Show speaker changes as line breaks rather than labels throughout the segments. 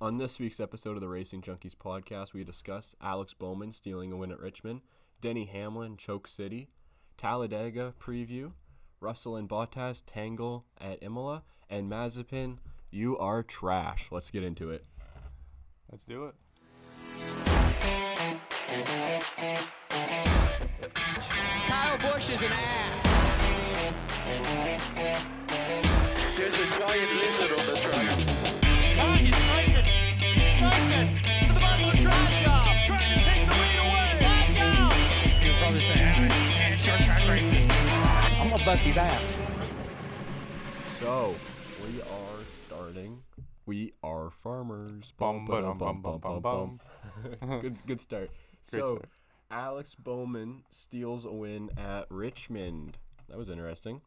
On this week's episode of the Racing Junkies podcast, we discuss Alex Bowman stealing a win at Richmond, Denny Hamlin, Choke City, Talladega preview, Russell and Bottas, Tangle at Imola, and Mazepin, you are trash. Let's get into it.
Let's do it.
Kyle Bush is an ass.
There's a giant lizard on the track.
God, Ah, he's breaking. He's breaking. To the bottom of the track. Trying to take the lead away.
You'll probably say, ah, eh, short track racing.
I'm going to bust his ass.
So, we are starting. We are farmers.
Bum, ba-dum, bum, bum, bum,
bum. good, good start. so,
start.
Alex Bowman steals a win at Richmond. That was interesting.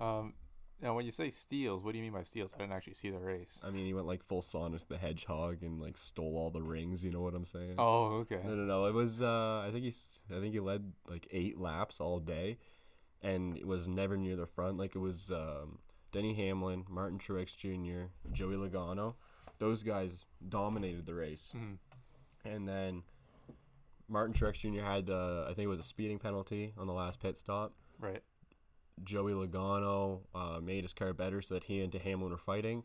Um, now, when you say steals, what do you mean by steals? I didn't actually see the race.
I mean, he went like full Sonic the Hedgehog and like stole all the rings. You know what I'm saying?
Oh, okay.
No, no, no. It was. Uh, I think he's. I think he led like eight laps all day, and it was never near the front. Like it was um, Denny Hamlin, Martin Truex Jr., Joey Logano. Those guys dominated the race, and then Martin Truex Jr. had. Uh, I think it was a speeding penalty on the last pit stop.
Right.
Joey Logano uh, made his car better so that he and Hamlin were fighting.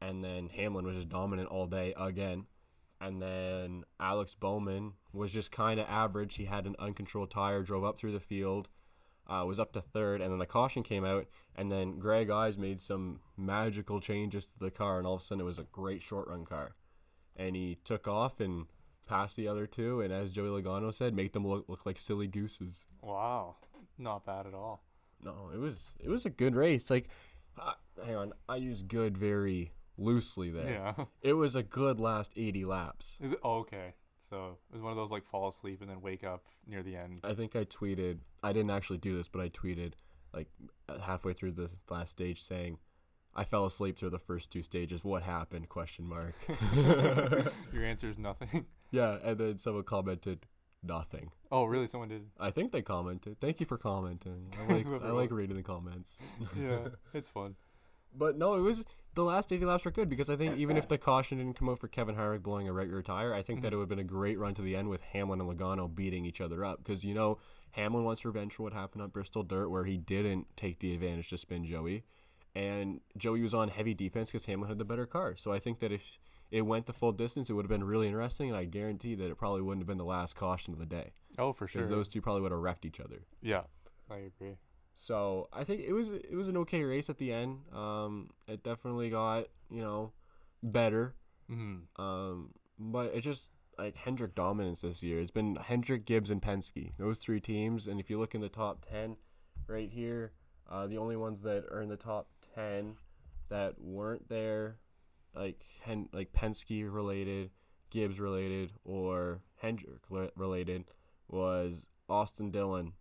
And then Hamlin was just dominant all day again. And then Alex Bowman was just kind of average. He had an uncontrolled tire, drove up through the field, uh, was up to third, and then a caution came out. And then Greg Eyes made some magical changes to the car, and all of a sudden it was a great short run car. And he took off and passed the other two, and as Joey Logano said, make them look, look like silly gooses.
Wow. Not bad at all.
No, it was it was a good race. Like, uh, hang on, I use good very loosely there.
Yeah.
It was a good last 80 laps.
Is it oh, okay? So it was one of those like fall asleep and then wake up near the end.
I think I tweeted. I didn't actually do this, but I tweeted like halfway through the last stage saying, "I fell asleep through the first two stages. What happened?" Question mark.
Your answer is nothing.
yeah, and then someone commented nothing.
Oh, really? Someone did.
I think they commented. Thank you for commenting. I like I like reading the comments.
Yeah, it's fun.
But no, it was the last 80 laps were good because I think even if the caution didn't come out for Kevin Harvick blowing a right rear tire, I think that it would have been a great run to the end with Hamlin and Logano beating each other up because you know Hamlin wants revenge for what happened on Bristol Dirt where he didn't take the advantage to spin Joey, and Joey was on heavy defense because Hamlin had the better car. So I think that if it went the full distance, it would have been really interesting, and I guarantee that it probably wouldn't have been the last caution of the day
Oh, for sure.
because those two probably would have wrecked each other.
yeah, I agree.
So I think it was it was an okay race at the end. Um, it definitely got you know better. Mm-hmm. Um, but it's just like Hendrick dominance this year. It's been Hendrick, Gibbs, and Penske. Those three teams. And if you look in the top ten, right here, uh, the only ones that are in the top ten that weren't there, like Hen- like Penske related, Gibbs related, or Hendrick le- related, was Austin Dillon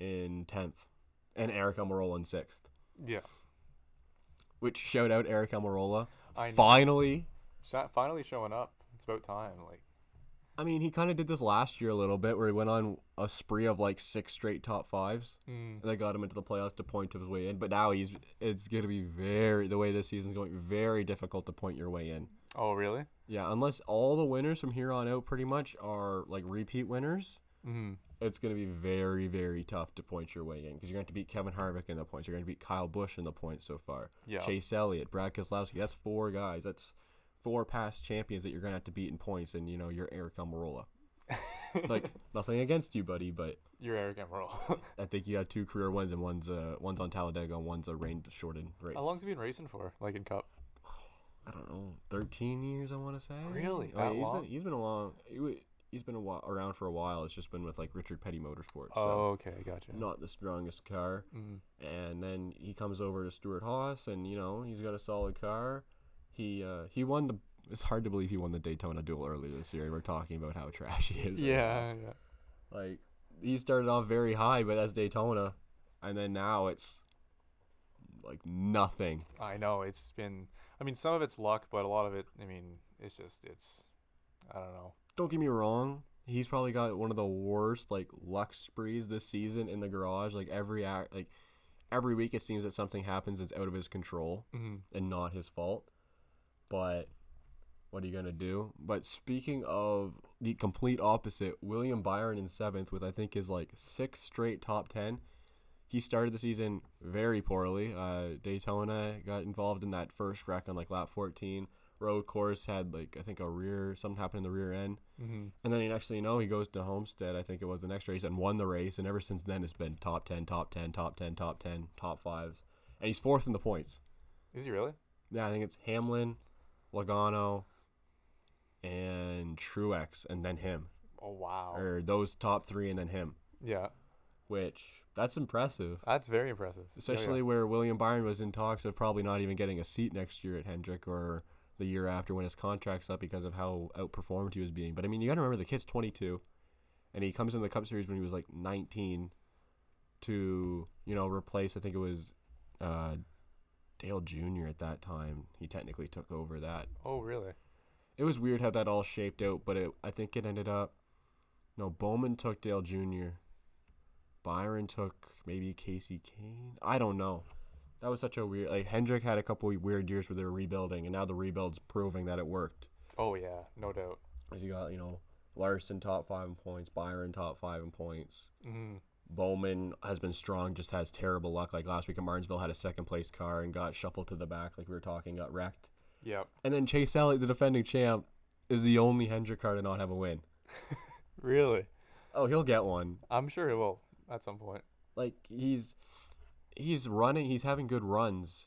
in tenth and Eric Almirola in sixth.
Yeah.
Which shout out Eric Almirola.
I know.
Finally,
Sh- finally showing up. It's about time. Like,
I mean, he kind of did this last year a little bit, where he went on a spree of like six straight top fives.
Hmm.
Mm. That got him into the playoffs to point his way in. But now he's it's gonna be very the way this season's going very difficult to point your way in.
oh, really?
Yeah, unless all the winners from here on out pretty much are like repeat winners.
Mm-hmm.
It's going to be very, very tough to point your way in because you're going to beat Kevin Harvick in the points. You're going to beat Kyle Busch in the points so far.
Yeah.
Chase Elliott, Brad Keselowski. That's four guys. That's four past champions that you're going to have to beat in points. And, you know, you're Eric Almirola. like, nothing against you, buddy, but
You're arrogant, bro.
I think you had two career wins and one's, uh, one's on Talladega and one's a rain shortened race.
How long's he been racing for? Like in Cup?
I don't know, 13 years, I want to say.
Really?
Oh, yeah,
That
he's
long?
been he's been a long he wa- he's been a while, around for a while. It's just been with like Richard Petty Motorsports.
Oh, Mm-hmm.
So
okay, gotcha.
not the strongest car. And then he comes over to Stuart Haas and you know, he's got a solid car. He uh he won the it's hard to believe he won the Daytona Duel earlier this year. and We're talking about how trash he is.
Yeah, yeah.
Like he started off very high, but that's Daytona. And then now it's like nothing.
I know it's been. I mean, some of it's luck, but a lot of it. I mean, it's just it's. I don't know.
don't get me wrong. He's probably got one of the worst like luck sprees this season in the garage. Like every act, like every week, it seems that something happens that's out of his control and not his fault. But What are you gonna do? But speaking of the complete opposite, William Byron in seventh with I think his like six straight top ten. He started the season very poorly. Uh, Daytona got involved in that first wreck on like lap 14. Road course had like I think a rear something happened in the rear end, and then next thing you know he goes to Homestead. I think it was the next race and won the race. And ever since then it's been top ten, top ten, top ten, top ten, top fives, and he's fourth in the points.
Is he really?
Yeah, I think it's Hamlin, Logano, and Truex, and then him,
Oh wow.
or those top three, and then him.
Yeah,
Which that's impressive,
that's very impressive. Yeah, yeah.
especially where William Byron was in talks of probably not even getting a seat next year at Hendrick or the year after when his contract's up because of how outperformed he was being. But I mean, you got to remember the kid's 22, and he comes in the Cup Series when he was like 19 to you know replace I think it was uh, Dale Jr. at that time. He technically took over that
Oh really?
it was weird how that all shaped out, but it, I think it ended up. No, Bowman took Dale Jr. Byron took maybe Casey Kane. I don't know. That was such a weird. Like Hendrick had a couple of weird years where they were rebuilding, and now the rebuild's proving that it worked.
Oh yeah, no doubt.
As you got, you know, Larson top five in points, Byron top five in points.
Mm-hmm,
Bowman has been strong, just has terrible luck. Like last week at Martinsville, had a second place car and got shuffled to the back, like we were talking, got wrecked.
Yep.
And then Chase Elliott, the defending champ, is the only Hendrick car to not have a win.
Really?
Oh, he'll get one.
I'm sure he will at some point.
Like he's he's running, he's having good runs.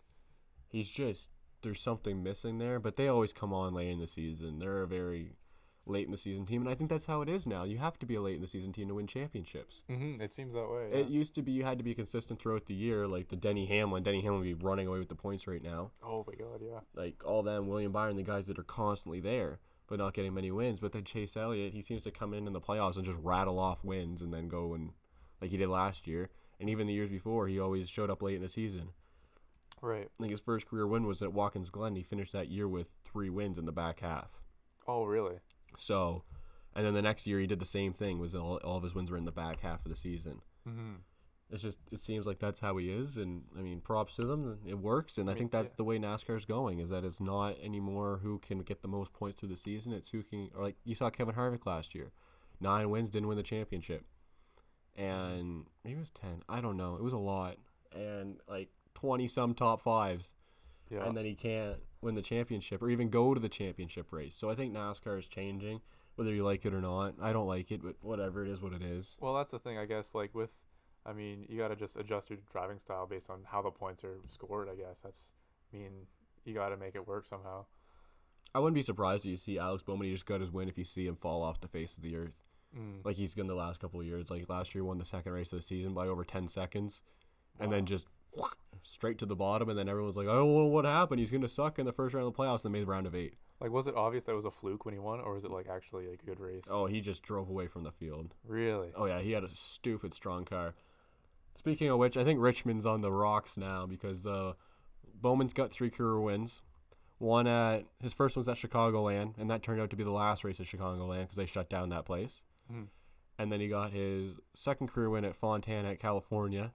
He's just there's something missing there, but they always come on late in the season. They're a very late in the season team, and I think that's how it is now. You have to be a late in the season team to win championships.
hmm It seems that way.
It
yeah.
used to be you had to be consistent throughout the year, like the Denny Hamlin. Denny Hamlin would be running away with the points right now
oh my god, yeah.
like all them William Byron, the guys that are constantly there but not getting many wins. But then Chase Elliott, he seems to come in in the playoffs and just rattle off wins and then go and like he did last year and even the years before, he always showed up late in the season.
Right.
I think his first career win was at Watkins Glen. He finished that year with three wins in the back half.
Oh really?
So, and then the next year he did the same thing. Was all, all of his wins were in the back half of the season. It's just it seems like that's how he is, and I mean props to them. It works, and I, think that's the way NASCAR's going. Is that it's not anymore who can get the most points through the season. It's who can, or like you saw Kevin Harvick last year, nine wins, didn't win the championship, and maybe it was ten. I don't know. It was a lot, and like twenty some top fives
Yeah.
and then he can't win the championship or even go to the championship race. So I think NASCAR is changing, whether you like it or not. I don't like it, but whatever it is, what it is.
Well, that's the thing, I guess. Like with, I mean, you gotta just adjust your driving style based on how the points are scored. I guess that's I mean you gotta make it work somehow.
I wouldn't be surprised if you see Alex Bowman. He just got his win. If you see him fall off the face of the earth, like he's done the last couple of years. Like last year, he won the second race of the season by over ten seconds, and then just straight to the bottom. And then everyone's like, "I don't know what happened. He's gonna suck in the first round of the playoffs." And they made the round of eight.
Like, was it obvious that was a fluke when he won, or was it like actually like a good race?
Oh, he just drove away from the field.
really?
Oh yeah, he had a stupid strong car. Speaking of which, I think Richmond's on the rocks now because uh, Bowman's got three career wins. One at his first one's at Chicagoland, and that turned out to be the last race at Chicagoland because they shut down that place. And then he got his second career win at Fontana at California,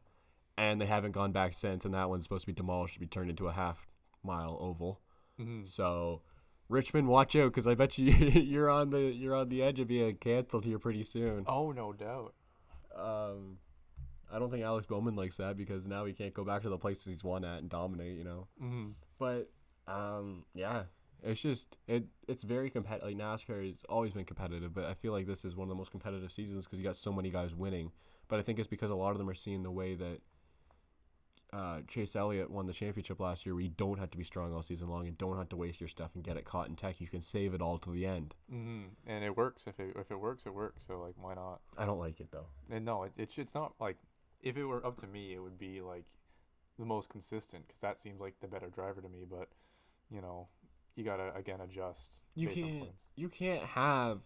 and they haven't gone back since. And that one's supposed to be demolished to be turned into a half mile oval. So Richmond, watch out because I bet you you're on the you're on the edge of being canceled here pretty soon.
Oh, no doubt.
Um, I don't think Alex Bowman likes that because now he can't go back to the places he's won at and dominate, you know.
Mm-hmm.
But um, yeah, it's just it it's very competitive. Like NASCAR has always been competitive, but I feel like this is one of the most competitive seasons because you got so many guys winning. But I think it's because a lot of them are seeing the way that uh, Chase Elliott won the championship last year, where you don't have to be strong all season long and don't have to waste your stuff and get it caught in tech. You can save it all to the end.
Mm-hmm. And it works if it if it works, it works. So like, why not?
I don't like it though.
And no, it, it should- it's not like if it were up to me, it would be like the most consistent because that seems like the better driver to me. But you know, you gotta again adjust.
you
based on
can't
points.
you can't have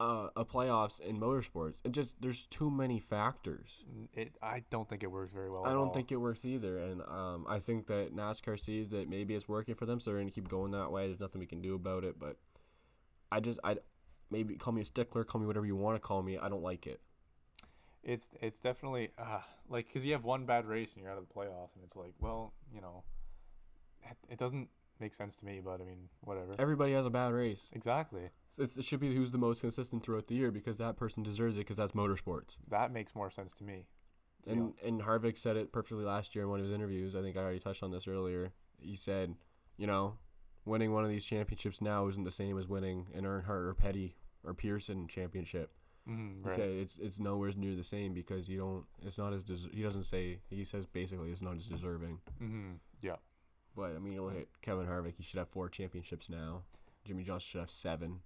uh, a playoffs in motorsports. It just there's too many factors.
N- It. I don't think it works very well.
I
at
don't
all.
think it works either, and um, I think that NASCAR sees that maybe it's working for them, so they're gonna keep going that way. There's nothing we can do about it, but I just I maybe call me a stickler, call me whatever you want to call me. I don't like it.
it's it's definitely uh, like because you have one bad race and you're out of the playoffs, and it's like, well, you know, it, it doesn't makes sense to me, but I mean, whatever.
Everybody has a bad race.
Exactly.
So It's, it should be who's the most consistent throughout the year because that person deserves it because that's motorsports.
That makes more sense to me.
And and Harvick said it perfectly last year in one of his interviews. I think I already touched on this earlier. He said, you know, winning one of these championships now isn't the same as winning an Earnhardt or Petty or Pearson championship.
Mm,
He said it's it's nowhere near the same because you don't. It's not as des- he doesn't say he says basically it's not as deserving.
Mm-hmm. Yeah.
But I mean, you look at Kevin Harvick. He should have four championships now. Jimmy Johnson should have seven.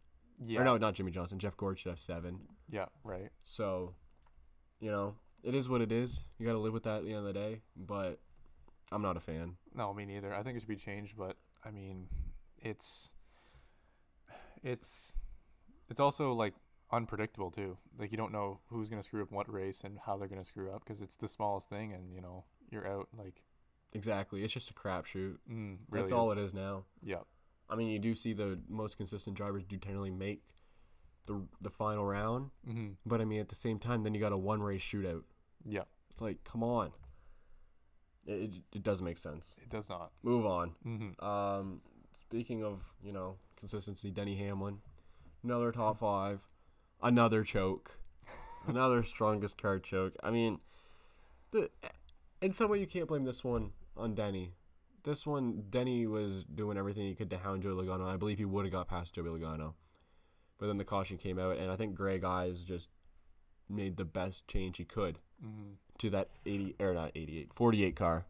Yeah.
Or no, not Jimmy Johnson. Jeff Gord should have seven.
Yeah. Right.
So, you know, it is what it is. You got to live with that at the end of the day. But I'm not a fan.
No, me neither. I think it should be changed, but I mean, it's it's it's also like unpredictable too. Like you don't know who's gonna screw up what race and how they're gonna screw up because it's the smallest thing, and you know you're out. Like
Exactly. It's just a crapshoot.
mm, really,
That's all it is now.
Yeah,
I mean, you do see the most consistent drivers do generally make the the final round.
mm-hmm.
But I mean, at the same time, then you got a one race shootout.
yeah.
It's like, come on. It, it, it doesn't make sense.
It does not.
Move on.
Mm-hmm.
Um, speaking of, you know, consistency, Denny Hamlin, another top five, another choke, another strongest card choke. I mean, the in some way you can't blame this one on Denny. This one, Denny was doing everything he could to hound Joey Logano. I believe he would have got past Joey Logano, but then the caution came out, and I think Greg Eyes just made the best change he could to that 80 or not 88 48 car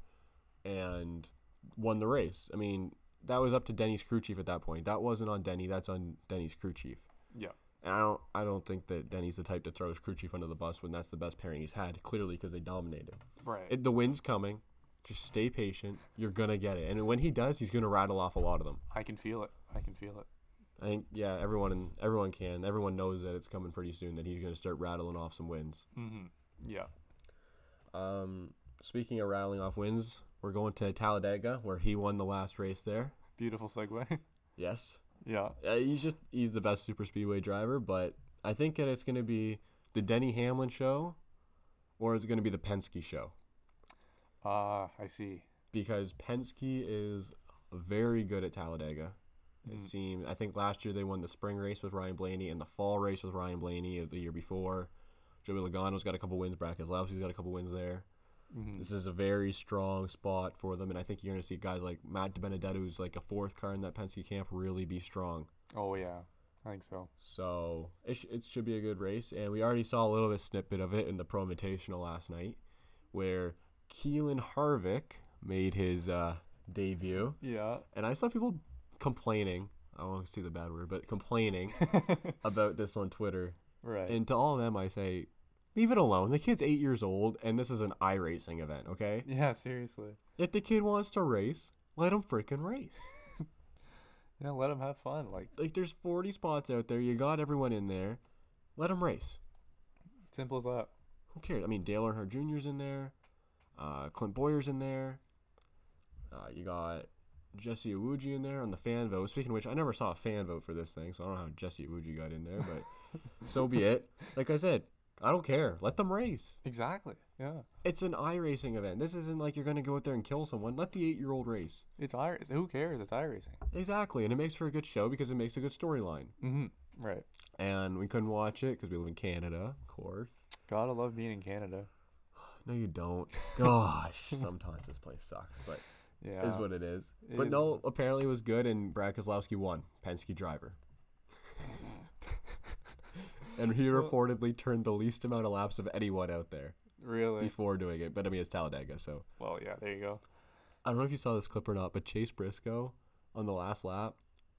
and won the race i mean that was up to denny's crew chief at that point that wasn't on denny that's on denny's crew chief
Yeah,
and i don't i don't think that denny's the type to throw his crew chief under the bus when that's the best pairing he's had clearly because they dominated
right.
it, the win's coming just stay patient you're gonna get it and when he does he's gonna rattle off a lot of them
I can feel it. I can feel it.
i think yeah everyone and everyone can everyone knows that it's coming pretty soon that he's gonna start rattling off some wins
Yeah.
Um, speaking of rattling off wins, we're going to Talladega where he won the last race there.
Beautiful segue.
Yes,
yeah.
uh, he's just he's the best super speedway driver, but I think that it's going to be the Denny Hamlin show, or is it going to be the Penske show?
Ah, I see.
Because Penske is very good at Talladega. It seemed I think last year they won the spring race with Ryan Blaney and the fall race with Ryan Blaney of the year before. Joey Logano's got a couple wins. Brackeslowski's got a couple wins there. This is a very strong spot for them, and I think you're going to see guys like Matt DiBenedetto, who's like a fourth car in that Penske camp, really be strong.
Oh yeah. I think so.
So it, sh- it should be a good race, and we already saw a little bit snippet of it in the pro invitational last night, where Keelan Harvick made his uh, debut,
Yeah.
and I saw people complaining. I won't see the bad word, but complaining about this on Twitter.
Right.
And to all of them, I say, leave it alone. The kid's eight years old, and this is an iRacing event, okay?
yeah. Seriously.
If the kid wants to race, let him freaking race.
Yeah. Let him have fun. Like
Like, there's 40 spots out there. You got everyone in there. Let him race.
simple as that.
Who cares? I mean, Dale Earnhardt Jr.'s in there. Uh, Clint Boyer's in there. Uh, you got Jesse Awuji in there on the fan vote. Speaking of which, I never saw a fan vote for this thing, so I don't know how Jesse Awuji got in there, but so be it. Like I said, I don't care. Let them race.
Exactly. Yeah.
It's an iRacing event. This isn't like you're going to go out there and kill someone. Let the eight year old race.
It's iRacing. Who cares? It's iRacing.
Exactly. And it makes for a good show because it makes a good storyline.
Mm-hmm. Right.
And we couldn't watch it because we live in Canada, of course.
Gotta love being in Canada.
No, you don't. Gosh, sometimes this place sucks, but
Yeah.
is what it is.
It
but
is
no, apparently it was good, and Brad Keselowski won. Penske driver. and he reportedly turned the least amount of laps of anyone out there
really.
before doing it. But I mean, it's Talladega, so
well, yeah. There you go.
I don't know if you saw this clip or not, but Chase Briscoe on the last lap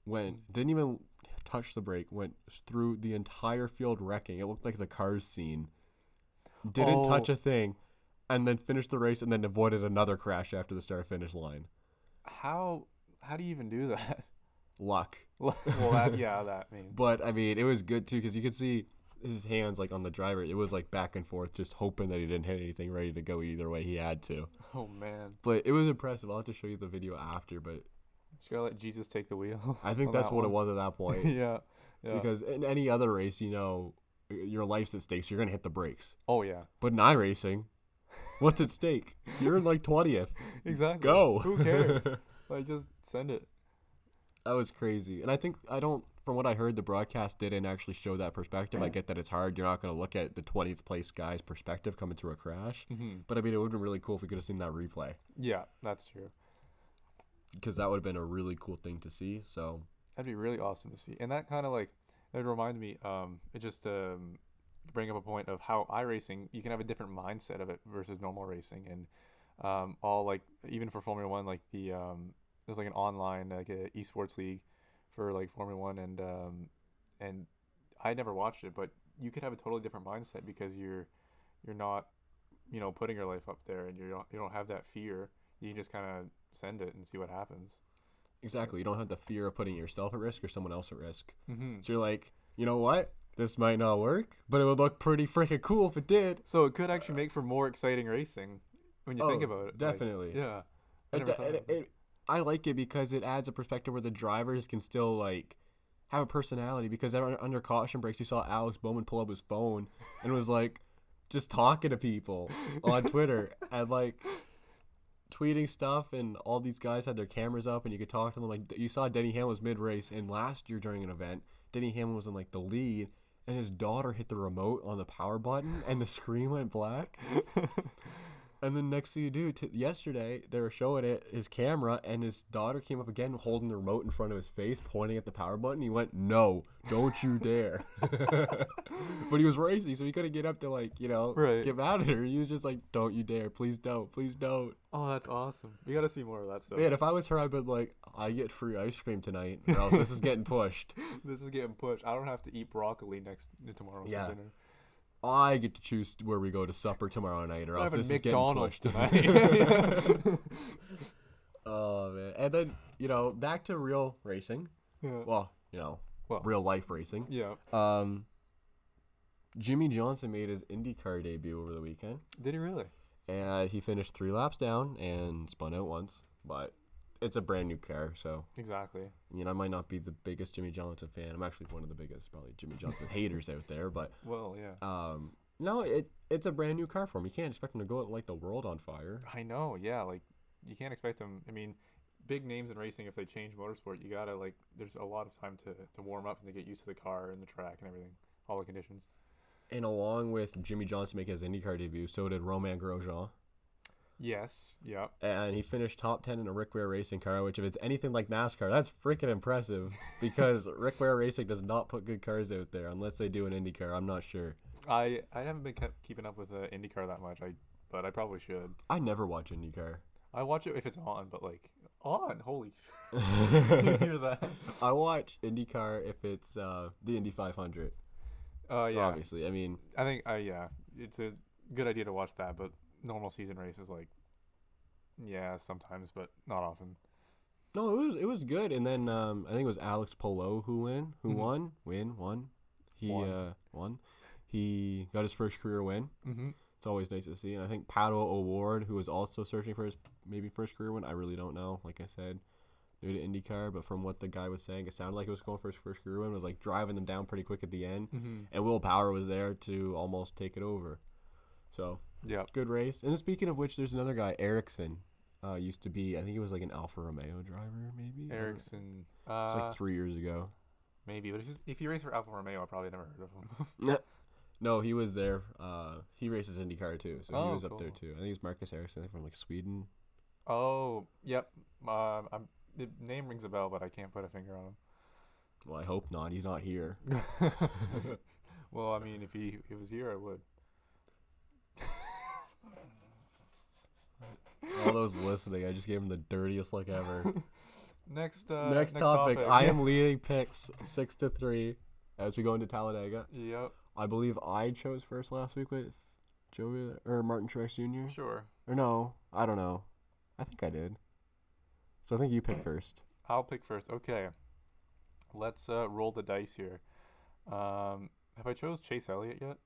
went didn't even touch the brake, went through the entire field wrecking. It looked like the cars scene. Didn't touch
Oh.
a thing, and then finished the race, and then avoided another crash after the start finish line.
How how do you even do that?
Luck,
well, that yeah, that means.
but I mean, it was good too because you could see his hands like on the driver. It was like back and forth, just hoping that he didn't hit anything ready to go either way. He had to,
Oh man,
but it was impressive. I'll have to show you the video after, but
should I let Jesus take the wheel?
I think
on
that's
that
what it
one?
was at that point.
yeah. Yeah.
because in any other race, you know, your life's at stake, so you're gonna hit the brakes.
oh yeah.
But in iRacing, what's at stake? You're in like twentieth.
Exactly.
Go.
Who cares? like just send it.
that was crazy. And I think I don't from what I heard the broadcast didn't actually show that perspective. I get that it's hard. You're not going to look at the 20th place guy's perspective coming through a crash. But I mean, it would have been really cool if we could have seen that replay
Yeah, that's true.
because that would have been a really cool thing to see. So
That'd be really awesome to see. And that kind of like it reminded me. Um, it just um, to bring up a point of how iRacing you can have a different mindset of it versus normal racing, and um, all like even for Formula One, like the um, there's like an online like a esports league for like Formula One, and um, and I never watched it, but you could have a totally different mindset because you're you're not you know putting your life up there, and you don't you don't have that fear. You can just kind of send it and see what happens.
Exactly. You don't have the fear of putting yourself at risk or someone else at risk. So you're like, you know what? This might not work, but it would look pretty freaking cool if it did.
So it could actually make for more exciting racing when you think
Oh,
about it. like,
definitely.
yeah. I
It
never
do-
thought
it-
about that.
it- I like it because it adds a perspective where the drivers can still like have a personality. Because everyone- under caution breaks, you saw Alex Bowman pull up his phone and was like just talking to people on Twitter and like tweeting stuff. And all these guys had their cameras up and you could talk to them. Like you saw Denny Hamlin was mid race, and last year during an event, Denny Hamlin was in like the lead. And his daughter hit the remote on the power button, and the screen went black. And then next thing you do, t- yesterday they were showing it his camera, and his daughter came up again holding the remote in front of his face, pointing at the power button. He went, "No, don't you dare!" but he was racing, so he couldn't get up to like you know
Right.
get mad at her. He was just like, "Don't you dare! Please don't! Please don't!"
Oh, that's awesome. We got to see more of that stuff.
Man, Oh, if I was her, I'd been like, "I get free ice cream tonight, or else this is getting pushed.
This is getting pushed. I don't have to eat broccoli next tomorrow
Yeah.
for dinner.
I get to choose where we go to supper tomorrow night, or
I'm
else
having
this
McDonald's
is getting pushed."
tonight.
Oh man! And then you know, back to real racing. Well, you know,
Well.
real life racing.
yeah.
Um, Jimmy Johnson made his IndyCar debut over the weekend,
Did he really?
and he finished three laps down and spun out once. But it's a brand new car, so
Exactly.
I mean, I might not be the biggest Jimmy Johnson fan. I'm actually one of the biggest, probably Jimmy Johnson haters out there. But
Well, yeah.
um, no, it it's a brand new car for him. You can't expect him to go out and light the world on fire.
I know. Yeah. Like, you can't expect him. I mean, big names in racing, if they change motorsport, you got to, like, there's a lot of time to, to warm up and to get used to the car and the track and everything, all the conditions.
And along with Jimmy Johnson making his IndyCar debut, so did Roman Grosjean.
Yes. Yep.
and he finished top 10 in a Rick Ware racing car, which if it's anything like NASCAR, that's freaking impressive because Rick Ware Racing does not put good cars out there unless they do an IndyCar. I'm not sure.
I I haven't been kept keeping up with uh, IndyCar that much. I but I probably should.
I never watch IndyCar.
I watch it if it's on, but like on, holy, sh- you hear that?
I watch IndyCar if it's uh, the Indy 500,
Uh, yeah,
obviously. I mean,
I think uh, yeah, it's a good idea to watch that, but normal season races like, yeah, sometimes, but not often.
no, it was it was good. And then um, I think it was Alex Polo who win, who won, win, won. He
Mm-hmm. Won.
uh, won. He got his first career win.
Mm-hmm.
it's always nice to see. And I think Paddle Award, who was also searching for his maybe first career win, I really don't know. Like I said, new to IndyCar, but from what the guy was saying, it sounded like it was going for his first career win. Was like driving them down pretty quick at the end,
Mm-hmm.
and Will Power was there to almost take it over. So
Yeah,
good race. And speaking of which, there's another guy, Erickson. Uh, used to be, I think he was like an Alfa Romeo driver, maybe. or-
Erickson,
It's
uh,
like three years ago.
maybe, but if he's, if he raced for Alfa Romeo, I probably never heard of him.
No, he was there. Uh, he races IndyCar too, so he
Oh,
was up there
cool.
too. I think it's Marcus Erickson I think from like Sweden.
oh, yep, um, I'm, the name rings a bell, but I can't put a finger on him.
Well, I hope not. He's not here.
Well, I mean, if he if it was here, I would.
All those listening, I just gave him the dirtiest look ever.
Next, uh,
next, topic. I am leading picks six to three as we go into Talladega.
Yep.
I believe I chose first last week with Joey or Martin Truex Jr.
Sure.
Or no, I don't know. I think I did. So I think you picked first.
I'll pick first. Okay. Let's uh, roll the dice here. Um, have I chose Chase Elliott yet?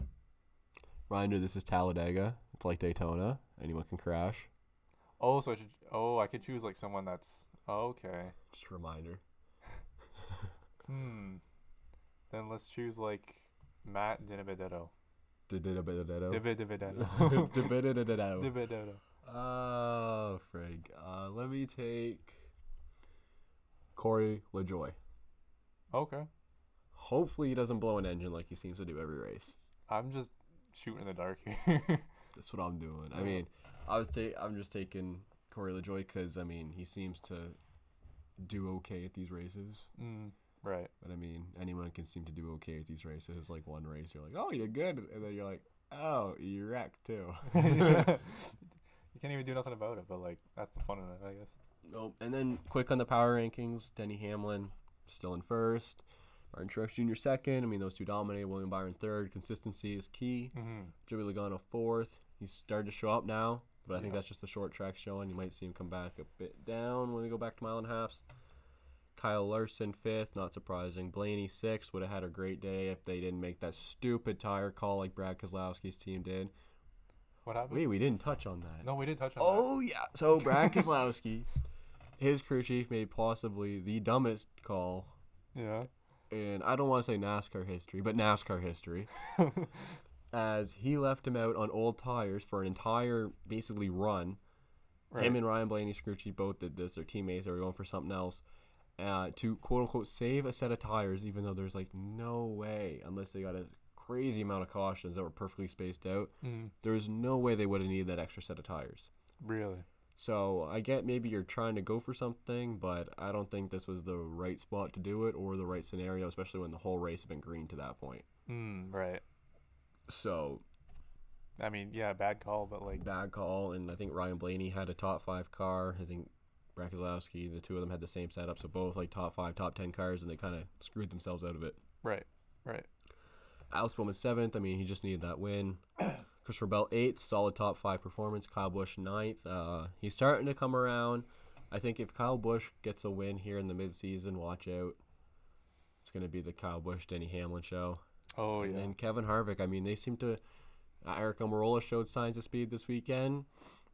Reminder: This is Talladega. It's like Daytona. Anyone can crash.
Oh, so I should. Oh, I could choose like someone that's okay.
Just a reminder.
Hmm. Then let's choose like Matt Dinavedetto.
Dividididididdo.
Dividididetto.
Dividididididdo.
Divididetto.
Oh, Frank. Uh, let me take. Corey LaJoy.
Okay.
Hopefully he doesn't blow an engine like he seems to do every race.
I'm just shooting in the dark here.
That's what I'm doing. I mean, I was ta- I'm just taking Corey LaJoy because I mean he seems to do okay at these races.
mm, right.
But I mean, anyone can seem to do okay at these races. Like one race, you're like, oh, you did good, and then you're like, oh, you wrecked too.
You can't even do nothing about it, but like that's the fun in it, I guess.
Nope. And then quick on the power rankings, Denny Hamlin still in first. Martin Truex Jr. second. I mean, those two dominated. William Byron third. Consistency is key. Joey Logano fourth. He's starting to show up now, but I think that's just the short track showing. You might see him come back a bit down when we go back to mile and a halves. Kyle Larson fifth, not surprising. Blaney sixth would have had a great day if they didn't make that stupid tire call like Brad Keselowski's team did.
What happened?
Wait, we didn't touch on that.
no, we did touch on that.
Oh yeah. So Brad Keselowski, his crew chief made possibly the dumbest call
Yeah.
in I don't want to say NASCAR history, but NASCAR history. as he left him out on old tires for an entire basically run.
Right.
Him and Ryan Blaney crew chief both did this. Their teammates they were going for something else. Uh, to quote unquote save a set of tires, even though there's like no way, unless they got a crazy amount of cautions that were perfectly spaced out, there's no way they would have needed that extra set of tires.
really.
So I get maybe you're trying to go for something, but I don't think this was the right spot to do it or the right scenario, especially when the whole race had been green to that point.
Mm, right.
So
I mean, yeah, bad call, but like
bad call, and I think Ryan Blaney had a top five car. I think Brakozlowski, the two of them had the same setup, so both like top five, top ten cars, and they kind of screwed themselves out of it.
right, right.
Alex Bowman seventh. I mean, he just needed that win. Christopher Bell eighth, solid top five performance. Kyle Busch ninth. Uh, he's starting to come around. I think if Kyle Busch gets a win here in the midseason, watch out. It's going to be the Kyle Busch Denny Hamlin show.
Oh yeah.
And then Kevin Harvick. I mean, they seem to. Uh, Eric Almirola showed signs of speed this weekend.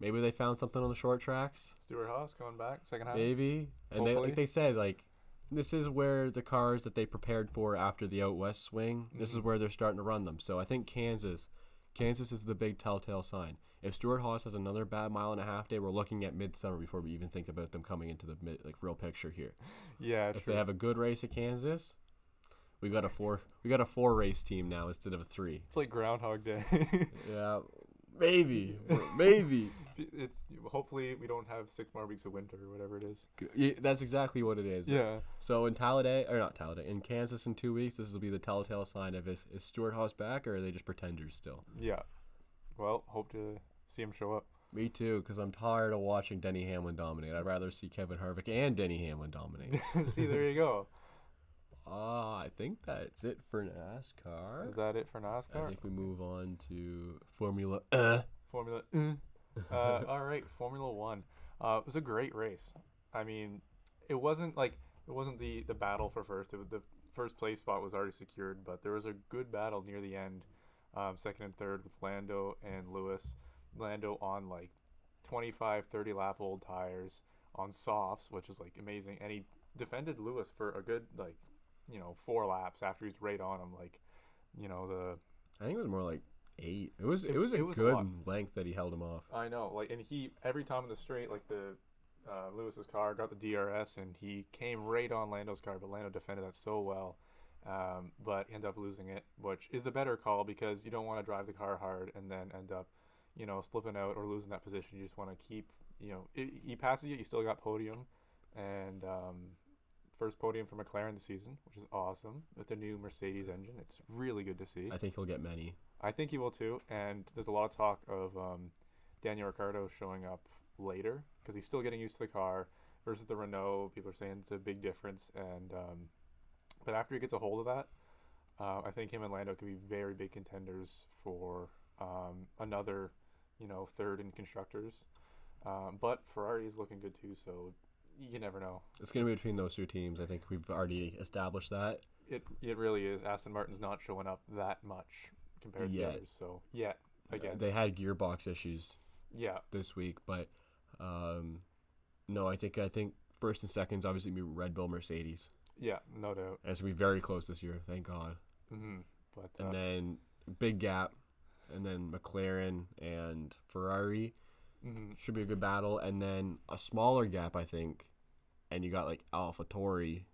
Maybe they found something on the short tracks.
Stuart Haas coming back second half.
Maybe. And they
Hopefully.
like they said like this is where the cars that they prepared for after the out west swing. This
Mm-hmm.
is where they're starting to run them. So I think Kansas, Kansas is the big telltale sign. If Stuart Haas has another bad mile and a half day, we're looking at midsummer before we even think about them coming into the mid, like real picture here.
Yeah,
If
true.
they have a good race at Kansas, we got a four we got a four race team now instead of a three.
it's like Groundhog Day.
Yeah, maybe, maybe.
it's hopefully we don't have six more weeks of winter or whatever it is.
Yeah, That's exactly what it is.
Yeah.
So in Talladega, or not Talladega, in Kansas in two weeks, this will be the telltale sign of if is Stuart Haas back or are they just pretenders still?
Yeah. Well, hope to see him show up.
Me too, because I'm tired of watching Denny Hamlin dominate. I'd rather see Kevin Harvick and Denny Hamlin dominate.
see, there you go.
Ah, I think that's it for NASCAR.
Is that it for NASCAR?
I think we move on to Formula. Uh,
Formula. uh, all right, Formula One. Uh, it was a great race. I mean, it wasn't like it wasn't the the battle for first. It was, the first place spot was already secured, but there was a good battle near the end, um, second and third with Lando and Lewis. Lando on like 25, 30 lap old tires on softs, which is like amazing, and he defended Lewis for a good like you know four laps after he's right on him like you know the
I think it was more like eight. It was it, was a
it was a
good
lot.
length that he held him off.
I know, like, and he every time in the straight, like the uh, Lewis's car got the DRS, and he came right on Lando's car, but Lando defended that so well, um, but ended up losing it, which is the better call because you don't want to drive the car hard and then end up, you know, slipping out or losing that position. You just want to keep, you know, i he passes you, you still got podium, and um, first podium for McLaren this season, which is awesome with the new Mercedes engine. It's really good to see.
I think he'll get many.
I think he will too. And there's a lot of talk of um, Daniel Ricciardo showing up later because he's still getting used to the car versus the Renault. People are saying it's a big difference. And um, but after he gets a hold of that, uh, I think him and Lando could be very big contenders for um, another, you know, third in constructors. Um, but Ferrari is looking good too, so you never know.
It's gonna be between those two teams. I think we've already established that.
It it really is. Aston Martin's not showing up that much compared to
Yet.
the others. So yeah, again,
They had gearbox issues
yeah,
this week, but um, no, I think I think first and seconds obviously be Red Bull Mercedes.
yeah, no doubt.
That's gonna be very close this year, thank God.
Mm-hmm. But uh,
And then big gap, and then McLaren and
mm-hmm.
Ferrari should be a good battle, and then a smaller gap I think, and you got like Alpha Tori,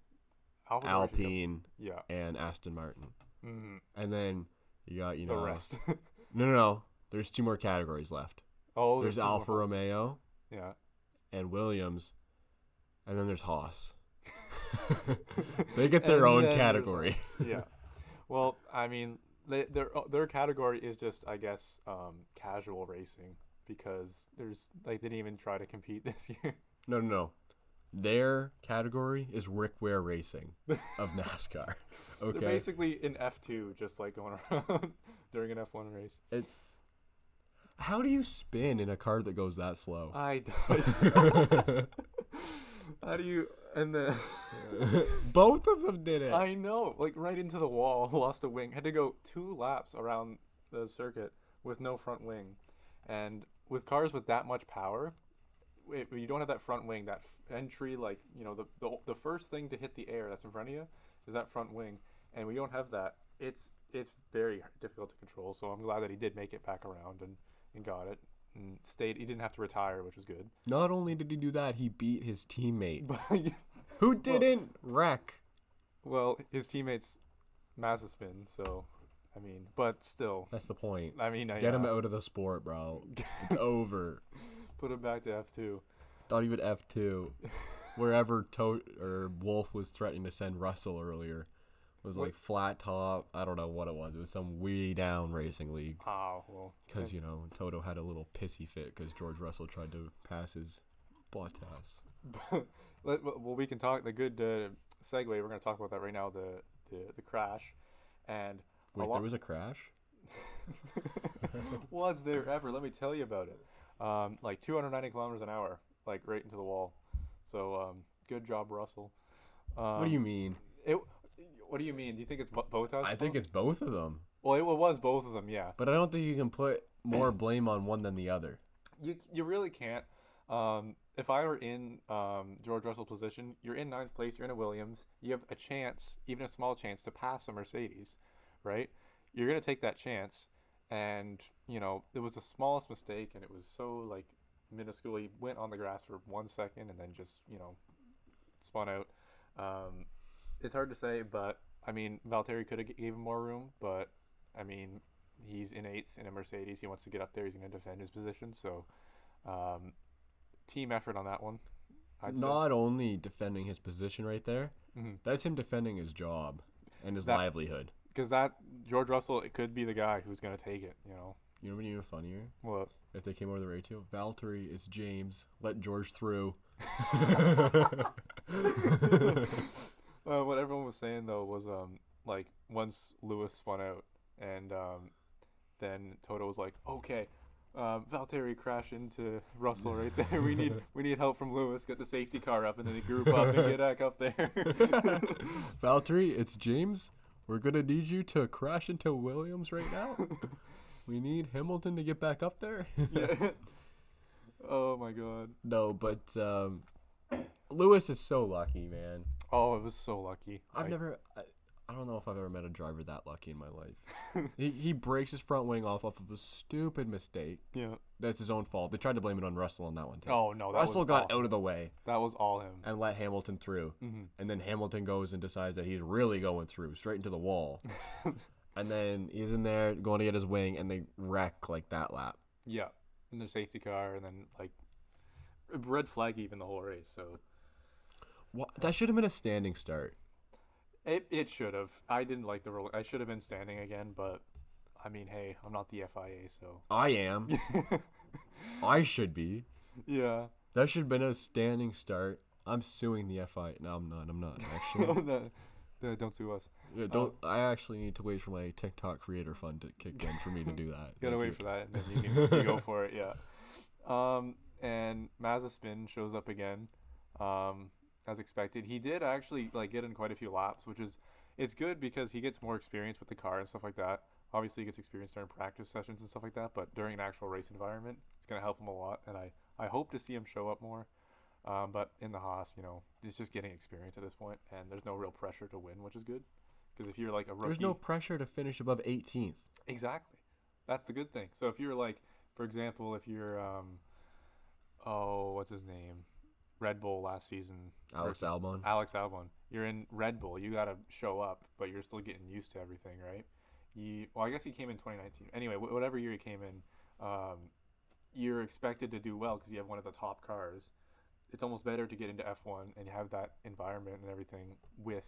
Alpha Tauri should come-
Alpine,
Yeah.
and Aston Martin.
hmm
And then you got, you
The
know,
rest.
No, no, no. There's two more categories left.
oh,
there's
two more.
Alfa Romeo
Yeah.
and Williams, and then there's Haas. they get their own category.
yeah. Well, I mean, they, their uh, their category is just, I guess, um, casual racing because there's like they didn't even try to compete this year.
No, no, no. Their category is Rick Ware Racing of NASCAR.
They're
Okay.
basically in F two, just like going around during an F one race.
It's how do you spin in a car that goes that slow?
I don't. How do you? And then
Both of them did it.
I know, like right into the wall, lost a wing. Had to go two laps around the circuit with no front wing, and with cars with that much power, if you don't have that front wing, that f- entry, like you know, the, the the first thing to hit the air that's in front of you is that front wing, and we don't have that. It's it's very difficult to control. So I'm glad that he did make it back around and and got it. And stayed. He didn't have to retire, which was good.
Not only did he do that, he beat his teammate
But
who didn't wreck.
Well, his teammates massive spin, so I mean, but still,
That's the point.
I mean, I,
Get him
uh,
out of the sport, bro. It's over.
Put him back to F two.
Not even F two. Wherever to- or Wolf was threatening to send Russell earlier was like flat top. I don't know what it was. It was some way down racing league
Oh well,
because you know Toto had a little pissy fit because George Russell tried to pass his Bottas.
let, well, well, we can talk the good uh, segue. We're gonna talk about that right now. The the, the crash, and
Wait,
lot-
there was a crash.
was there ever? Let me tell you about it. Um, like 290 kilometers an hour, like right into the wall. So um, good job, Russell. Um,
what do you mean?
It, what do you mean? Do you think it's Bo- Botas?
I think it's both of them,
well, it was both of them. Yeah.
but I don't think you can put more blame on one than the other.
you you really can't. Um, if I were in um, George Russell's position, you're in ninth place, you're in a Williams, you have a chance, even a small chance, to pass a Mercedes, right? You're gonna take that chance, and you know it was the smallest mistake, and it was so like minuscule. He went on the grass for one second, and then just you know spun out. Um, it's hard to say, but I mean, Valtteri could have gave him more room, but I mean, he's in eighth in a Mercedes. He wants to get up there. He's going to defend his position. So, um, team effort on that one. I'd say.
not only defending his position right there, that's him defending his job and his
That-
livelihood.
because that George Russell, it could be the guy who's going to take it. You know,
You know what would be even funnier?
well,
If they came over the radio, Valtteri, it's James. Let George through.
uh, what everyone was saying though was um like once Lewis spun out and um then Toto was like okay um, Valtteri crashed into Russell right there we need we need help from Lewis get the safety car up and then they group up and get back up there
Valtteri, it's James. We're gonna need you to crash into Williams right now. we need Hamilton to get back up there.
oh my god
no, but um, Lewis is so lucky, man.
oh it was so lucky
I've
I-
never. I, I don't know if I've ever met a driver that lucky in my life. he, he breaks his front wing off off of a stupid mistake.
yeah
That's his own fault. They tried to blame it on Russell on that one too.
oh no that
Russell
was
got
all,
out of the way
that was all him
and let Hamilton through,
Mm-hmm.
and then Hamilton goes and decides that he's really going through straight into the wall, and then he's in there going to get his wing, and they wreck like that lap.
yeah in their safety car and then like red flag even the whole race so
What? That should have been a standing start.
It, it should have. I didn't like the rule. I should have been standing again, but I mean, hey, I'm not the FIA, so
I am. I should be.
yeah.
That should have been a standing start. I'm suing the FI. No, I'm not. I'm not actually.
no, no, don't sue us.
Yeah, don't. I actually need to wait for my TikTok creator fund to kick in for me to do that.
You gotta
Thank
wait
you.
for that, and then you, can, you go for it. Yeah. Um, and Mazepin shows up again, um, as expected. He did actually like get in quite a few laps, which is it's good because he gets more experience with the car and stuff like that. Obviously, he gets experience during practice sessions and stuff like that, but during an actual race environment, it's gonna help him a lot. And I I hope to see him show up more. Um, but in the Haas, you know, it's just getting experience at this point, and there's no real pressure to win, which is good. Because if you're like a rookie,
There's no pressure to finish above 18th.
Exactly. That's the good thing. So if you're like, for example, if you're, um, oh, what's his name? Red Bull last season.
Alex
versus-
Albon.
Alex Albon. You're in Red Bull. You got to show up, but you're still getting used to everything, right? You well, I guess he came in 2019. Anyway, wh- whatever year he came in, um, you're expected to do well because you have one of the top cars. It's almost better to get into F1 and have that environment and everything with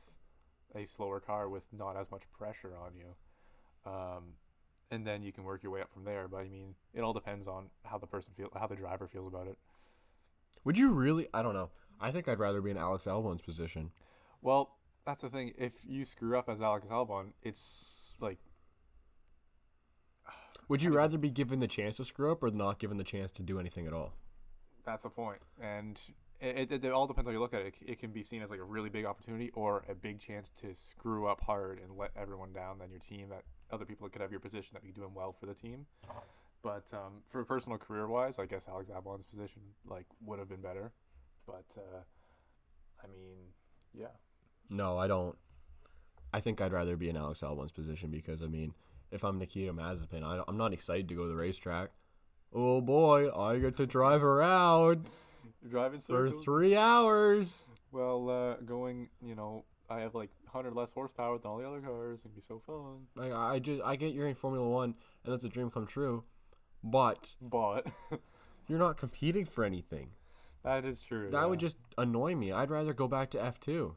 a slower car with not as much pressure on you. Um, and then you can work your way up from there. But I mean, it all depends on how the person feel, how the driver feels about it.
Would you really? I don't know. I think I'd rather be in Alex Albon's position.
Well, that's the thing. If you screw up as Alex Albon, it's like
Would you rather be given the chance to screw up or not given the chance to do anything at all?
that's the point. And it, it, it all depends how you look at it. It can be seen as like a really big opportunity or a big chance to screw up hard and let everyone down. Then your team, that other people that could have your position, that be doing well for the team. But um, for personal career wise, I guess Alex Albon's position like would have been better. But uh, I mean, yeah,
No, I don't. I think I'd rather be in Alex Albon's position because I mean, if I'm Nikita Mazepin, I, I'm not excited to go to the racetrack. Oh boy, I get to drive around
driving
for
circles.
three hours.
Well, uh, going, you know, I have like 100 less horsepower than all the other cars. It'd be so fun.
Like I just, I get you're in Formula One, and that's a dream come true. But
But
you're not competing for anything.
that is true.
That
yeah.
would just annoy me. I'd rather go back to F2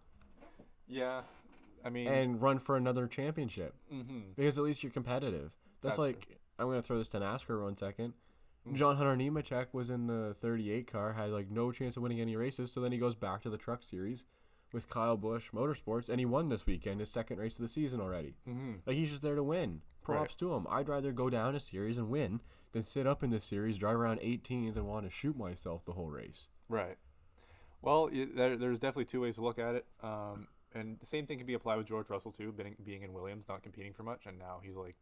Yeah. I mean,
and run for another championship
mhm.
because at least you're competitive. That's,
That's Mm.
like I'm gonna throw this to NASCAR one second. John Hunter Nemechek was in the 38 car, had like no chance of winning any races, so then he goes back to the Truck Series with Kyle Busch Motorsports, and he won this weekend, his second race of the season already.
Mm-hmm.
Like he's just there to win. Props to him. I'd rather go down a series and win than sit up in this series, drive around 18th, and want to shoot myself the whole race.
right. Well, y there, there's definitely two ways to look at it. Um, and the same thing can be applied with George Russell, too, being, being in Williams, not competing for much. And now he's like,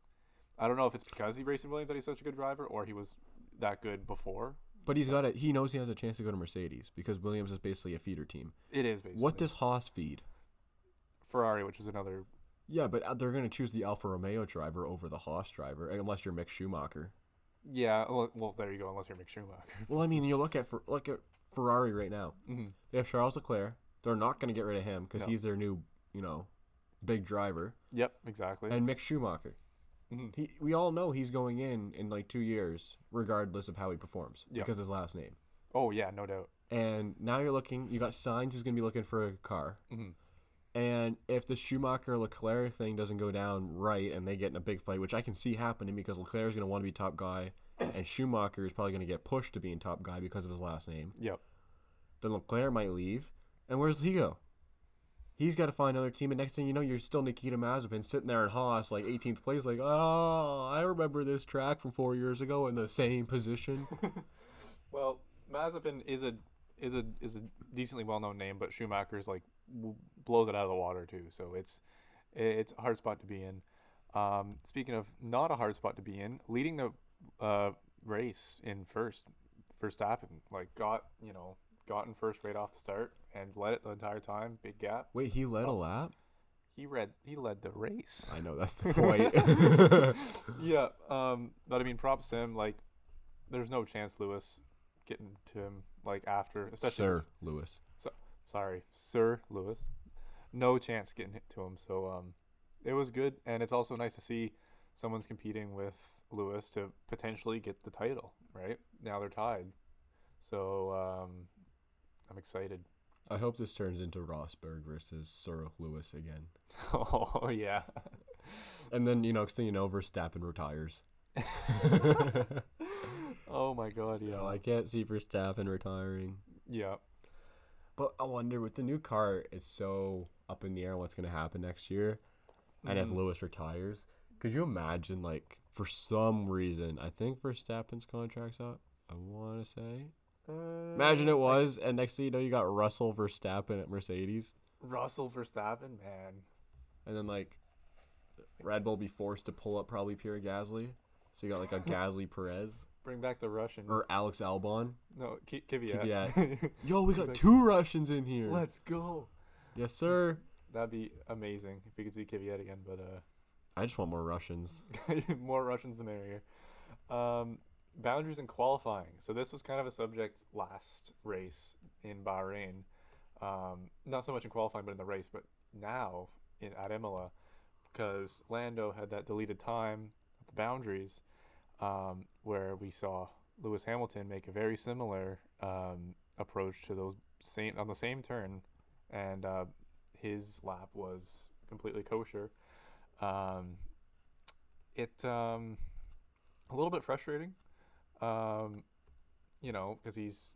I don't know if it's because he raced in Williams that he's such a good driver or he was that good before.
But he's got it. He knows he has a chance to go to Mercedes because Williams is basically a feeder team.
It is basically.
What does Haas feed?
Ferrari, which is another.
Yeah, but uh, they're going to choose the Alfa Romeo driver over the Haas driver, unless you're Mick Schumacher.
Yeah, well, well there you go, unless you're Mick Schumacher.
Well, I mean, you look at Fer- look at Ferrari right now. They have Charles Leclerc. They're not going to get rid of him because
Mm-hmm. No.
he's their new, you know, big driver.
yep, exactly.
And Mick Schumacher.
Mhm.
He, we all know he's going in in like two years, regardless of how he performs,
Yeah.
because his last name.
oh, yeah, no doubt.
And now you're looking. You got signs. He's going to be looking for a car.
Mhm.
And if the Schumacher Leclerc thing doesn't go down right, and they get in a big fight, which I can see happening because Leclerc is going to want to be top guy, and Schumacher is probably going to get pushed to being top guy because of his last name.
Yep.
Then Leclerc might leave, and where's he go? He's got to find another team, and next thing you know, you're still Nikita Mazepin sitting there in Haas, like 18th place, like, oh, I remember this track from four years ago in the same position.
Well, Mazepin is a is a is a decently well known name, but Schumacher's like w- blows it out of the water too. So it's i- it's a hard spot to be in. Um, speaking of not a hard spot to be in, leading the uh, race in first, first stop and like got you know got in first right off the start and led it the entire time. Big gap.
Wait, he led a lap?
He read he led the race.
I know, that's the point.
yeah. Um, but I mean, props to him. Like, there's no chance Lewis getting to him like after, especially
Sir Lewis.
So, sorry, Sir Lewis. No chance getting hit to him. So um, it was good, and it's also nice to see someone's competing with Lewis to potentially get the title. Right now they're tied, so um, I'm excited.
I hope this turns into Rosberg versus Sir Lewis again.
oh yeah,
And then, you know, next thing you know, Verstappen retires.
oh my God, yeah,
No, I can't see Verstappen retiring.
yeah.
But I wonder with the new car, it's so up in the air what's going to happen next year. And if Lewis retires, could you imagine, like, for some reason, I think Verstappen's contract's up, I want to say. Imagine it was, and next thing you know, you got Russell Verstappen at Mercedes.
Russell Verstappen, man.
and then like Red Bull be forced to pull up probably Pierre Gasly. So you got like a Gasly Perez
Bring back the Russian.
or Alex Albon.
no, Ki- Kvyat.
Kvyat. Yo, we got two Russians in here.
Let's go.
Yes, sir.
That'd be amazing if we could see Kvyat again, but uh,
I just want more Russians.
more Russians the merrier. Um, boundaries and qualifying. So this was kind of a subject last race in Bahrain, um, not so much in qualifying, but in the race. But now in at Imola, because Lando had that deleted time of the boundaries, um, where we saw Lewis Hamilton make a very similar um, approach to those same on the same turn, and uh, his lap was completely kosher. Um, it um, a little bit frustrating, um, you know, because he's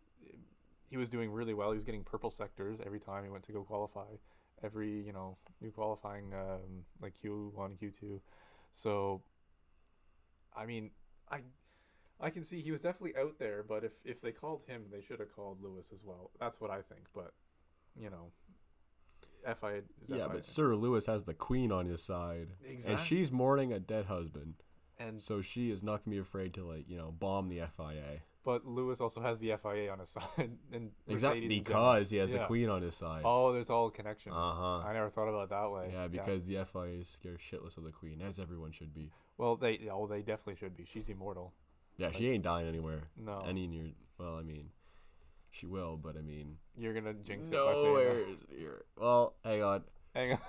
he was doing really well. He was getting purple sectors every time he went to go qualify, every you know new qualifying um, like Q one Q two. So, I mean, I I can see he was definitely out there, but if if they called him, they should have called Lewis as well. That's what I think. But you know, FI is
yeah,
FI.
but Sir Lewis has the queen on his side, and
Exact-
she's mourning a dead husband,
and
so she is not gonna be afraid to like you know bomb the FIA.
but Lewis also has the FIA on his side, and
Exactly
Mercedes in general.
because he has the
Yeah.
queen on his side.
Oh, there's all connection.
Uh-huh.
I never thought about it that way.
yeah, because the FIA is scared shitless of the queen, as everyone should be.
well, they oh they definitely should be. She's immortal.
Yeah, she ain't dying anywhere.
No.
Any near. Well, I mean, she will, but I mean,
You're gonna jinx it by saying
nowhere is near. Well, hang on.
that.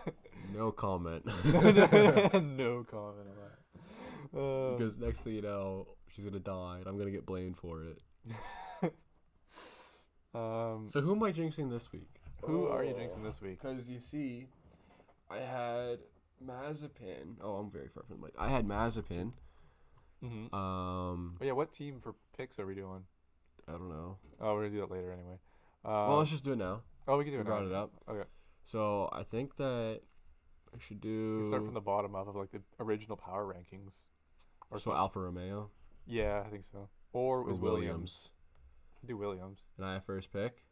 No comment.
Hang on. no comment on that. Uh,
because next thing you know, she's gonna die, and I'm gonna get blamed for it.
um,
So who am I jinxing this week?
who are you jinxing this week?
Because you see, I had Mazepin. Oh, I'm very far from the mic. I had Mazepin.
Mhm.
Um,
Oh yeah, what team for picks are we doing?
I don't know.
Oh, we're gonna do that later anyway. Uh,
well, let's just do it now.
oh, we can do
We
it.
brought
now.
it up.
Okay,
So I think that I should do.
we start from the bottom up of like the original power rankings. Or
so
something.
Alfa Romeo
Yeah, I think so. Or,
or
is Williams.
Williams,
Do Williams.
and I have first pick.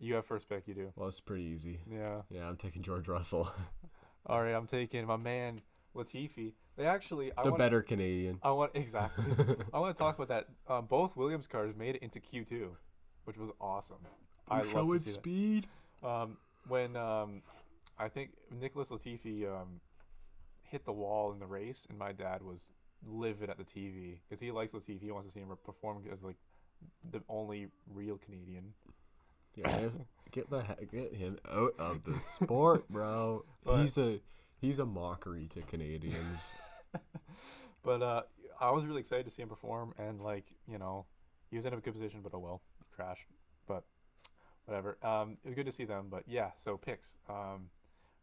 You have first pick. You do.
Well, it's pretty easy.
Yeah.
Yeah, I'm taking George Russell,
All right, I'm taking my man Latifi. They actually, I
the
want,
better Canadian.
I want exactly. I want to talk about that. Um, both Williams cars made it into Q2, which was awesome. I love to
Showing
see that.
speed.
Um, when um, I think Nicholas Latifi um, hit the wall in the race, and my dad was livid at the TV because he likes Latifi. He wants to see him perform as like the only real Canadian.
Yeah, man, get the he- get him out of the sport, bro.
But-
he's a he's a mockery to Canadians.
But uh, I was really excited to see him perform, and like you know, he was in a good position, but oh well, he crashed. But whatever. Um, it was good to see them. But yeah, so picks. Um,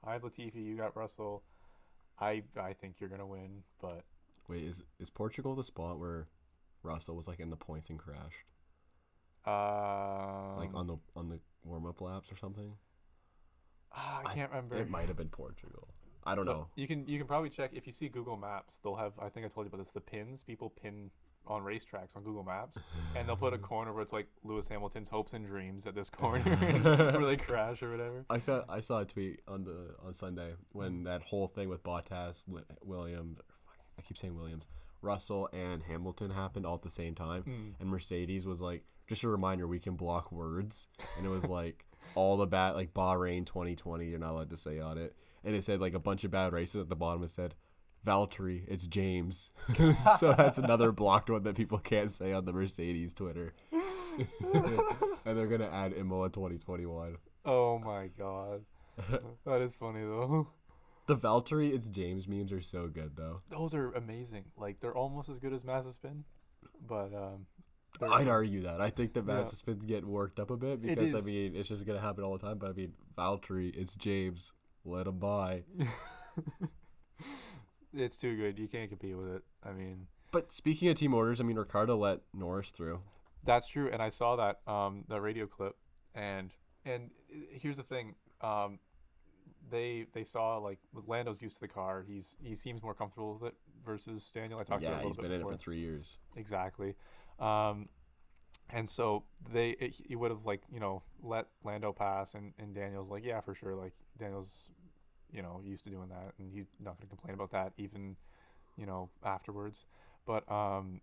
I have Latifi. You got Russell. I I think you're gonna win, but
Wait, is is Portugal the spot where Russell was like in the points and crashed,
um,
like on the on the warm up laps or something?
ah, I can't remember.
It might have been Portugal. I don't
But
know.
You can you can probably check if you see Google Maps. They'll have I think I told you about this. The pins people pin on racetracks on Google Maps, and they'll put a corner where it's like Lewis Hamilton's hopes and dreams at this corner where they crash or whatever.
I felt I saw a tweet on the on Sunday when that whole thing with Bottas, Li- Williams, I keep saying Williams, Russell and Hamilton happened all at the same time, and Mercedes was like, just a reminder, we can block words, and it was like all the bad like Bahrain 2020, you're not allowed to say on it, and it said like a bunch of bad races at the bottom. It said. Valtteri, it's James. so that's another blocked one that people can't say on the Mercedes Twitter. and they're going to add Imola 2021.
Oh my god. that is funny though.
The Valtteri it's James memes are so good though.
Those are amazing. Like they're almost as good as Mazepin, but um they're-
I'd argue that. I think the
Yeah.
Mazepin's get worked up a bit because I
is.
mean it's just gonna happen all the time. But I mean Valtteri, it's James. Let him by.
it's too good. You can't compete with it. I mean,
But speaking of team orders, I mean Ricardo let Norris through.
That's true, and I saw that um that radio clip, and and uh, here's the thing, um, they they saw like with Lando's used to the car, he's he seems more comfortable with it versus Daniel. I talked about
yeah,
it a little
he's
bit
been in it
before.
for three years.
exactly, um, and so they it, he would have like you know let Lando pass, and and Daniel's like yeah for sure, like Daniel's you know used to doing that, and he's not gonna complain about that even you know afterwards, but um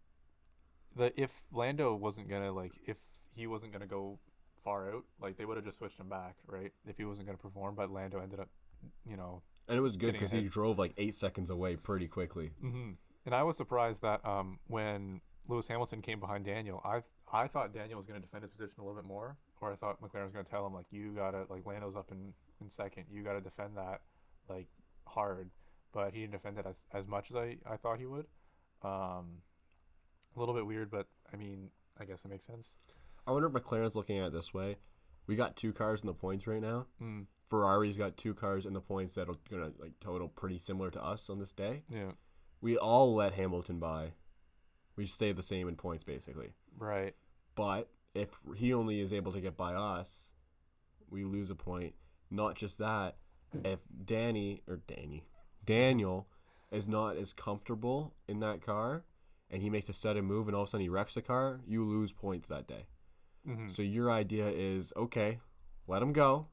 the if Lando wasn't gonna like if he wasn't gonna go far out, like they would have just switched him back, right? If he wasn't gonna perform, but Lando ended up, you know.
And it was good
Getting
because he
ahead.
drove like eight seconds away pretty quickly.
Mm-hmm. And I was surprised that um when Lewis Hamilton came behind Daniel, I I thought Daniel was going to defend his position a little bit more, or I thought McLaren was going to tell him like you got to like Lando's up in in second, you got to defend that like hard, but he didn't defend it as as much as I I thought he would. Um, a little bit weird, but I mean, I guess it makes sense.
I wonder if McLaren's looking at it this way. We got two cars in the points right now.
Mm.
Ferrari's got two cars in the points that are gonna like total pretty similar to us on this day.
Yeah,
We all let Hamilton by. We stay the same in points basically.
right.
But if he only is able to get by us, we lose a point. Not just that, if Danny or Danny, Daniel is not as comfortable in that car and he makes a sudden move and all of a sudden he wrecks the car, you lose points that day. So your idea is okay, let him go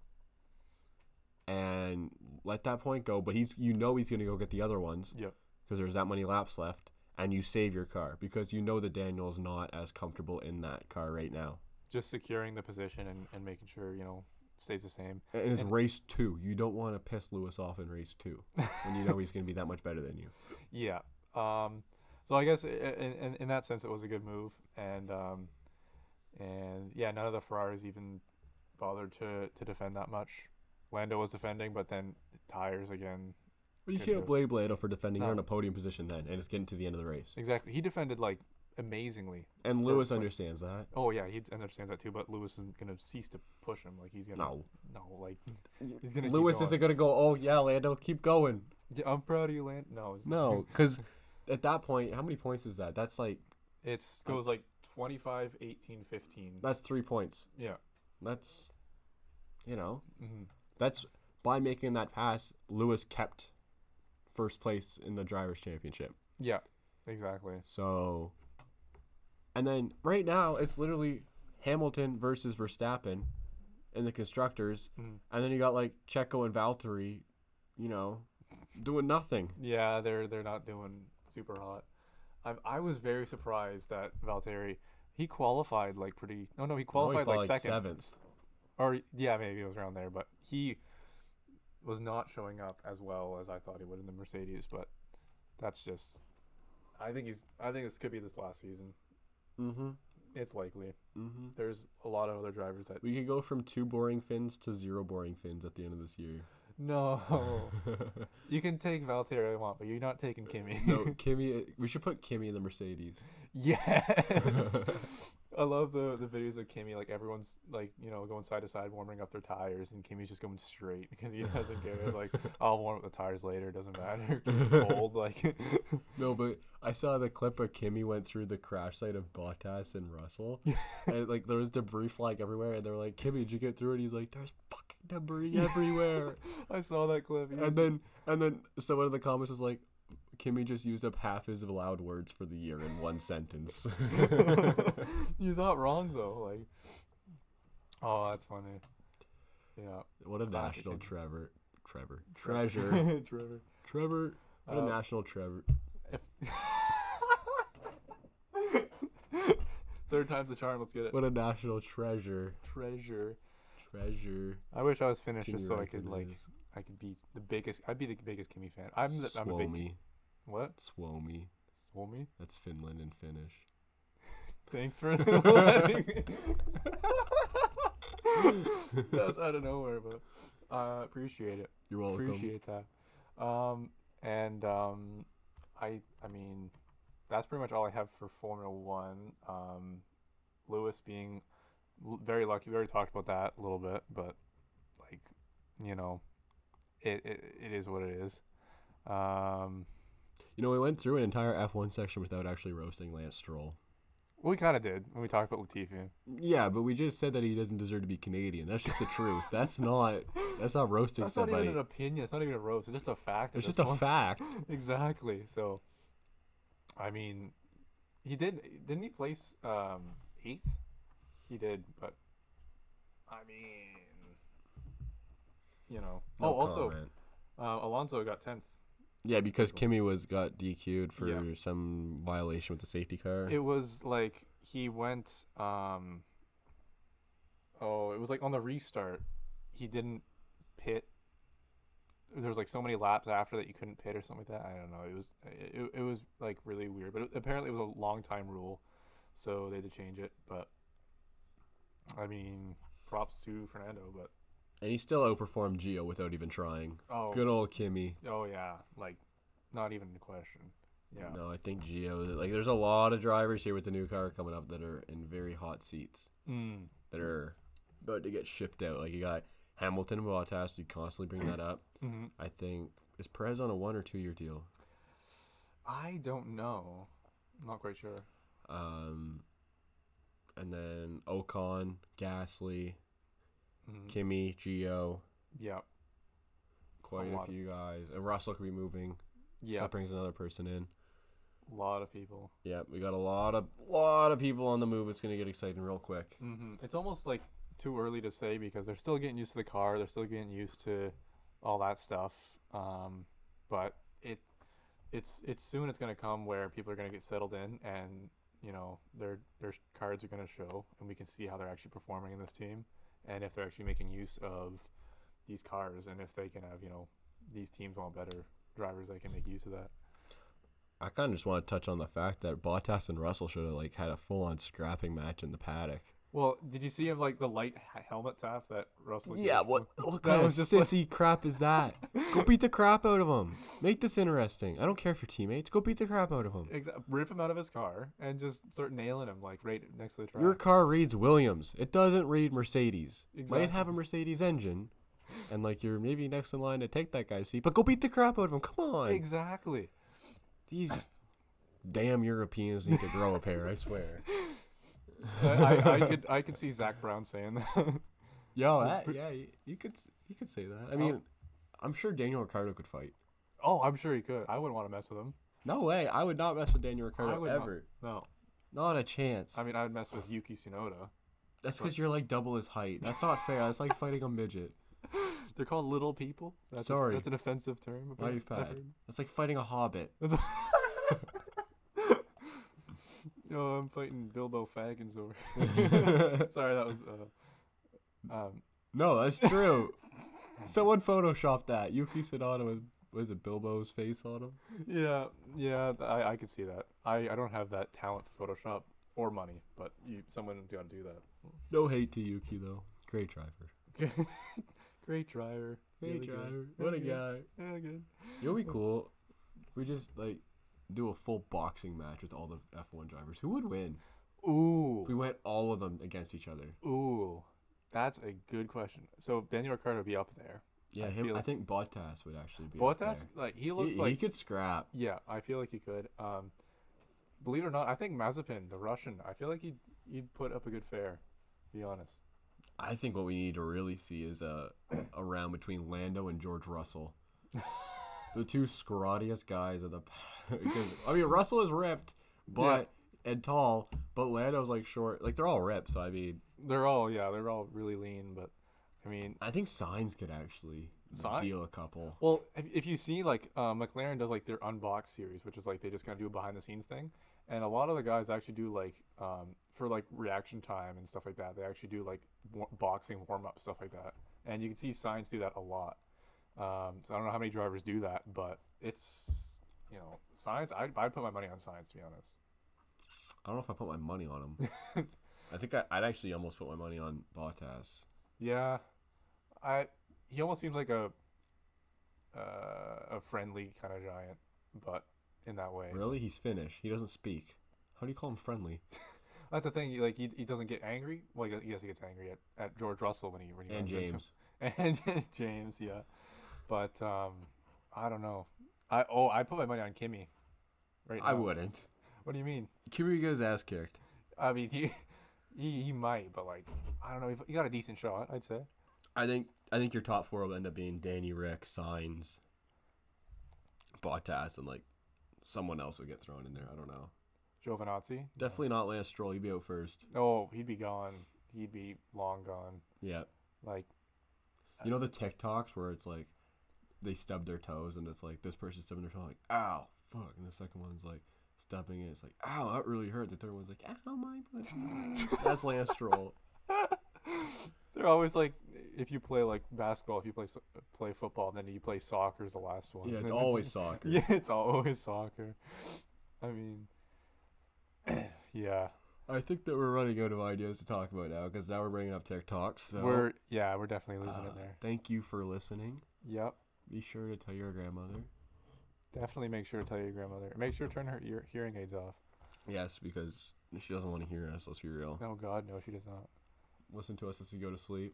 and let that point go, but he's you know he's going to go get the other ones
Yep.
because there's that many laps left, and you save your car because you know that Daniel's not as comfortable in that car right now.
Just securing the position and, and making sure you know stays the same.
And it's race two. You don't want to piss Lewis off in race two when you know he's going to be that much better than you.
Yeah. Um, so I guess i- i- in, in, in that sense, it was a good move, and um, and yeah, none of the Ferraris even bothered to, to defend that much. Lando was defending, but then tires again.
But you
Good
can't
move.
blame Lando for defending. You're
No.
in a podium position then, and it's getting to the end of the race.
Exactly, he defended like amazingly.
And Lewis
Perfect.
understands that.
Oh yeah, he understands that too. But Lewis isn't gonna cease to push him. Like he's gonna
No.
no like he's gonna keep
Lewis
going.
isn't going to go, oh, yeah, Lando, keep going.
Yeah, I'm proud of you, Lando. No, it's-
No, because at that point, how many points is that? That's like,
it's goes like 25, 18, 15.
that's three points.
Yeah,
That's, you know,
Mm-hmm.
that's by making that pass, Lewis kept first place in the drivers' championship.
yeah, exactly.
So, and then right now it's literally Hamilton versus Verstappen in the constructors,
Mm-hmm.
and then you got like Checo and Valtteri, you know, doing nothing.
Yeah, they're they're not doing super hot. I I was very surprised that Valtteri he qualified like pretty. No, no, he
Probably
qualified
felt
like second
seventh.
or yeah, maybe it was around there. But he was not showing up as well as I thought he would in the Mercedes. But that's just. I think he's. I think this could be this last season.
Mm-hmm.
It's likely.
Mhm.
There's a lot of other drivers that.
We could go from two boring fins to zero boring fins at the end of this year.
No, you can take Valtteri I want, but you're not taking Kimmy.
No, Kimmy. We should put Kimmy in the Mercedes.
Yes. I love the the videos of Kimmy. Like everyone's like you know going side to side, warming up their tires, and Kimmy's just going straight because he doesn't care. It's like I'll warm up the tires later. Doesn't matter. Cold. Like
No, but I saw the clip of Kimmy went through the crash site of Bottas and Russell, and like there was debris flying everywhere, and they were like, "Kimmy, did you get through it?" He's like, "There's fucking debris everywhere."
I saw that clip. He
and
was-
then, and then someone in the comments was like, "Kimmy just used up half his allowed words for the year in one sentence."
you're not wrong though. Like oh, that's funny. Yeah.
what a
Classic
national
Kimmy.
Trevor, Trevor, treasure,
Trevor.
Trevor. What
Uh,
a national Trevor.
Third time's the charm. Let's get it.
What a national treasure,
treasure.
treasure.
I wish I was finished just
Kimmy
so I
Räikkönen
could like
is-
I could be the biggest. I'd be the biggest Kimmy fan. I'm the, I'm a big
Suomi,
what?
Suomi.
Swami?
That's Finland in Finnish.
Thanks for letting That's out of nowhere, but I uh, appreciate it.
You're welcome.
Appreciate that. Um, and um, I I mean, that's pretty much all I have for Formula One. Um, Lewis being l- very lucky. We already talked about that a little bit, but like, you know, it it, it is what it is. Um,
You know, we went through an entire F1 section without actually roasting Lance Stroll.
we kind of did when we talked about Latifi.
Yeah, but we just said that he doesn't deserve to be Canadian. That's just the truth. That's not that's not roasting
That's not
somebody.
even an opinion. It's not even a roast. It's just a fact. at
it's
this
just a
point.
fact.
exactly. So, I mean, he did. Didn't he place um, eighth? He did, but I mean, you know.
No
oh, also,
comment.
uh, Alonso got tenth.
yeah, because Kimmy was got DQ'd for
Yeah.
some violation with the safety car.
It was like he went. Um, oh, it was like on the restart. He didn't pit. there's like so many laps after that you couldn't pit or something like that. I don't know. It was it, it was like really weird, but it, apparently it was a long time rule, so they had to change it. But I mean, props to Fernando, but
And he still outperformed Gio without even trying.
Oh.
Good old Kimmy.
oh yeah, like not even a question. Yeah.
No, I think Gio. Like, there's a lot of drivers here with the new car coming up that are in very hot seats
Mm.
that are about to get shipped out. Like, you got Hamilton, Bottas. We constantly bring that up.
Mhm.
I think is Perez on a one or two year deal.
I don't know. Not quite sure.
Um, and then Ocon, Gasly, Kimmy, Gio,
Mm. Yeah.
quite a,
lot.
few guys. And Russell could be moving. Yeah,
Yeah.
that brings another person in.
A lot of people.
Yeah, we got a lot of lot of people on the move. It's gonna get exciting real quick.
hmm It's almost like too early to say because they're still getting used to the car. They're still getting used to all that stuff. Um, but it, it's it's soon. It's gonna come where people are gonna get settled in, and you know their their sh- cards are gonna show, and we can see how they're actually performing in this team, and if they're actually making use of these cars, and if they can have you know these teams want better drivers that can make use of that.
I kind of just want to touch on the fact that Bottas and Russell should have like had a full on scrapping match in the paddock.
Well, did you see him like the light h- helmet tap that Russell?
Yeah,
gives?
what what
That
kind of
was just like-
sissy crap is that? Go beat the crap out of him. Make this interesting. I don't care if you're teammates. Go beat the crap out of him.
Exa- rip him out of his car and just start nailing him like right next to the track.
Your car reads Williams. It doesn't read Mercedes. Might have a
Exactly.
Mercedes engine, and like you're maybe next in line to take that guy's seat. But go beat the crap out of him. Come on.
exactly.
These damn Europeans need to grow a pair. I swear.
I, I, I could I could see Zach Brown saying that.
Yo, that, yeah, you, you could s- you could say that. I mean, I'm sure Daniel Ricciardo could fight.
oh, I'm sure he could. I wouldn't want to mess with him.
No way. I would not mess with Daniel
I
Ricciardo
would
ever.
Not.
Not. a chance.
No, I mean I would mess with Yuki Tsunoda.
that's because you're like double his height. That's not fair. That's like fighting a midget.
They're called little people. That's
Sorry.
A, that's an offensive term.
Why you
apparently. I've
fat? That's like fighting a hobbit.
heard. Yo, Oh, I'm fighting Bilbo Baggins over. Sorry, that was. Uh, um,
No, that's true. Someone photoshopped that. Yuki Tsunoda was was it Bilbo's face on him?
Yeah, yeah, th- I, I could see that. I, I don't have that talent for Photoshop or money, but you someone's got to do
No hate to Yuki though. Great driver.
that. Great driver.
Great
really good.
driver. What a
Okay.
guy.
Yeah, good.
It would be cool. if We just like do a full boxing match with all the F1 drivers. Who would win? If we
Ooh,
went all of them against each other.
ooh, that's a good question. So Daniel Ricciardo would be up there.
Yeah,
I
him.
feel-
I think Bottas would actually be. up
Bottas,
there.
like he
He,
looks
he
like.
could scrap.
Yeah, I feel like he could. Um, believe it or not, I think Mazepin, the Russian, I feel like he'd he'd put up a good fair. Be honest.
I think what we need to really see is a a round between Lando and George Russell, the two scrawniest guys of the. pa- 'cause, I mean, Russell is ripped, but and tall, but Lando's like short. Like they're all ripped. So I mean,
They're all yeah, they're all really lean, but I mean,
I think Signs could actually
Sign-
deal a couple.
Well, if, if you see like uh, McLaren does like their unboxed series, which is like they just kind of do a behind the scenes thing, and a lot of the guys actually do like um, for like reaction time and stuff like that. They actually do like wa- boxing warm up stuff like that, and you can see signs do that a lot. Um, so I don't know how many drivers do that, but it's you know signs. I'd, I'd put my money on signs to be honest.
I don't know if I put my money on him. I think I, I'd actually almost put my money on Bottas.
Yeah, I he almost seems like a uh, a friendly kind of giant, but in that way.
Really, he's Finnish. He doesn't speak. How do you call him friendly?
That's the thing. Like he, he doesn't get angry. Well, I guess he gets angry at, at George Russell when he when he
And
runs into him.
James.
and James, yeah. But um, I don't know. I oh I put my money on Kimmy. Right.
I
now.
wouldn't.
What do you mean?
Kimi gets ass kicked.
I mean he he, he might, but like I don't know. He- He got a decent shot, I'd say.
I think I think your top four will end up being Danny Rick, Signs, Bottas, and like someone else will get thrown in there. I don't know.
Giovinazzi.
Definitely not Lance Stroll. You'd be out first.
Oh, he'd be gone. He'd be long gone.
Yeah.
Like
You know the TikToks where it's like they stub their toes and it's like this person's stubbing their toe like ow fuck and the second one's like stubbing it. It's like ow that really hurt. The third one's like ow my foot." That's Lance Stroll.
They're always like, if you play like basketball, if you play so- play football, then you play soccer is the last one.
Yeah,
And
it's
then
always soccer.
yeah, it's always soccer. I mean, yeah,
I think that we're running out of ideas to talk about now because now we're bringing up TikTok. So
we're yeah we're definitely losing
uh,
it there.
thank you for listening.
Yep,
Be sure to tell your grandmother.
definitely make sure to tell your grandmother. Make sure to turn her ear hearing aids off.
Yes, because she doesn't want to hear us. Let's be real.
Oh God, no, she does not.
Listen to us as you go to sleep,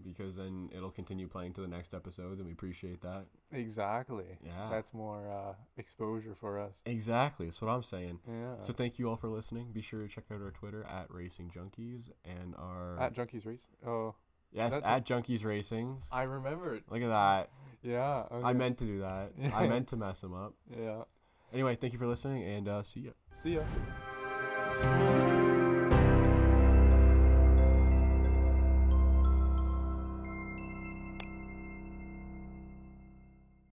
because then it'll continue playing to the next episodes, and we appreciate that.
Exactly.
Yeah.
That's more uh, exposure for us.
Exactly. That's what I'm saying.
Yeah.
So thank you all for listening. Be sure to check out our Twitter at Racing Junkies and our
At Junkies Race. Oh,
yes
that's a-
at Junkies Racings.
I remember it.
Look at that.
Yeah.
I
okay.
meant to do that. I meant to mess them up.
Yeah.
Anyway, thank you for listening, and uh, see ya.
See ya.